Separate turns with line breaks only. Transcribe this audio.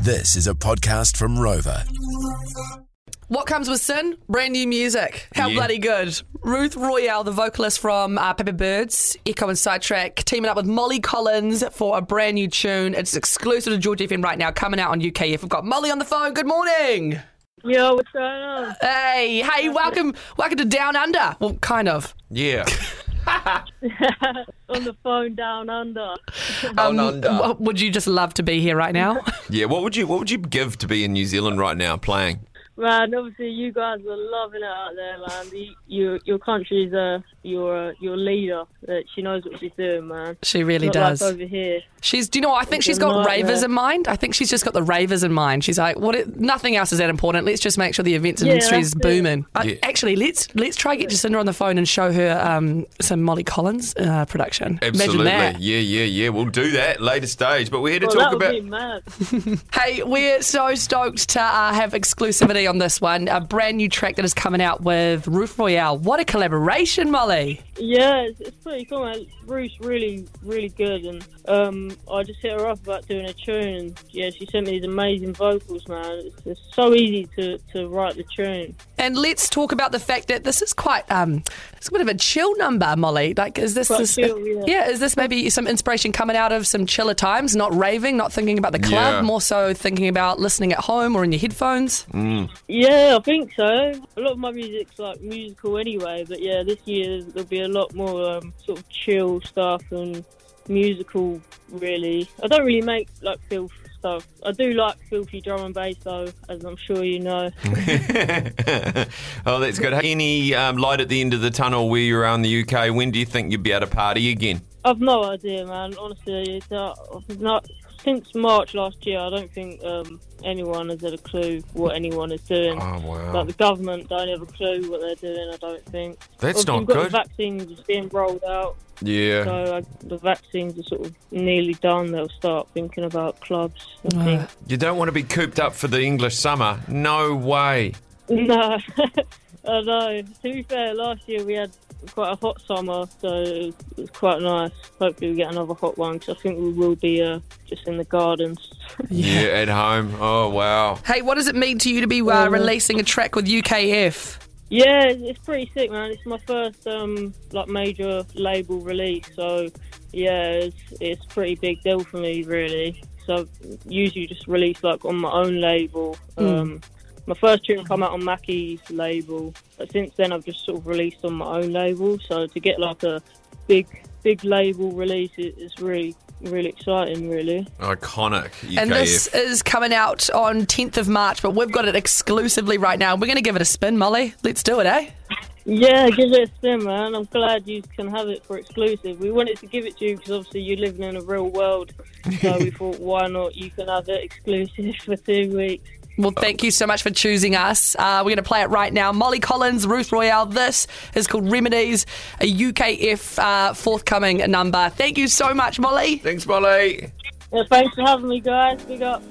This is a podcast from Rover.
What comes with sin? Brand new music. How
Yeah.
bloody good. Ruth Royale, the vocalist from uh, Paper Birds, Echo and Sidetrack, teaming up with Molly Collins for a brand new tune. It's exclusive to George FM right now, coming out on UKF. We've got Molly on the phone. Good morning.
Yo, what's going on?
Hey, hey, welcome, welcome to Down Under. Well, kind of.
Yeah.
On the phone down under.
Down under.
Um, w- Would you just love to be here right now?
yeah. What would you What would you give to be in New Zealand right now playing?
Man, obviously you guys are loving it out there, man. You, you, your country's uh, your uh, your leader. That she knows what she's doing, man.
she really
Not
does.
Like over here.
She's, do you know, what? I think she's
a
got
nightmare.
ravers in mind. I think she's just got the ravers in mind. She's like, what? It, nothing else is that important. Let's just make sure the events
Yeah,
industry is
that's it.
booming. Uh,
Yeah.
actually, let's let's try get Jacinda on the phone and show her um, some Molly Collins uh, production.
Absolutely.
Imagine that.
Yeah, yeah, yeah. We'll do that later stage. But we're here to
Well,
talk
that would
about.
be mad.
Hey, we're so stoked to uh, have exclusivity on this one. A brand new track that is coming out with Roof Royale. What a collaboration, Molly!
Yeah, it's, it's pretty cool, man. Ruth's really, really good, and um, I just hit her up about doing a tune. And, yeah, she sent me these amazing vocals, man. It's, it's so easy to, to write the tune.
And let's talk about the fact that this is quite um, it's a bit of a chill number, Molly. Like, is this,
Quite
this
chill, yeah.
is this maybe some inspiration coming out of some chiller times, not raving, not thinking about the club,
Yeah.
more so thinking about listening at home or in your headphones?
Yeah, I think so. A lot of my music's like musical anyway, but yeah, this year there'll be a lot more um, sort of chill stuff and musical. Really, I don't really make like filth stuff. I do like filthy drum and bass though, as I'm sure you know.
oh, that's good. Hey, Any um, light at the end of the tunnel where you're around the UK? When do you think you'll be able to party again?
I've no idea, man. Honestly, it's uh, I've not since March last year. I don't think um, anyone has had a clue what anyone is doing.
Oh, wow.
Like the government don't have a clue what they're doing. I don't think.
That's
Obviously,
not
we've got
good.
The vaccines just being rolled out.
Yeah.
So uh, the vaccines are sort of nearly done. They'll start thinking about clubs. I
Right.
think.
You don't want to be cooped up for the English summer. No way.
No, I know. To be fair, last year we had quite a hot summer, so it was- it was quite nice. Hopefully, we get another hot one because I think we will be uh, just in the gardens.
Yeah. at home. Oh, wow.
Hey, what does it mean to you to be uh, releasing a track with UKF?
yeah, it's it's pretty sick, man. It's my first um, like major label release, so yeah, it's it's a pretty big deal for me, really. So I usually just release like on my own label. Um, My first tune come out on Mackie's label, but since then I've just sort of released on my own label. So to get like a big big label release i- is really really exciting, really.
Iconic. UKF.
And this is coming out on 10th of March, but we've got it exclusively right now. We're going to give it a spin, Molly. Let's do it, eh?
Yeah, give it a spin, man. I'm glad you can have it for exclusive. We wanted to give it to you because obviously you're living in a real world. So we thought, why not? You can have it exclusive for two weeks.
Well, thank you so much for choosing us. Uh, we're going to play it right now. Molly Collins, Ruth Royale. This is called Remedies, a UKF uh, forthcoming number. Thank you so much, Molly.
Thanks, Molly.
Yeah, thanks for having me, guys. Big up.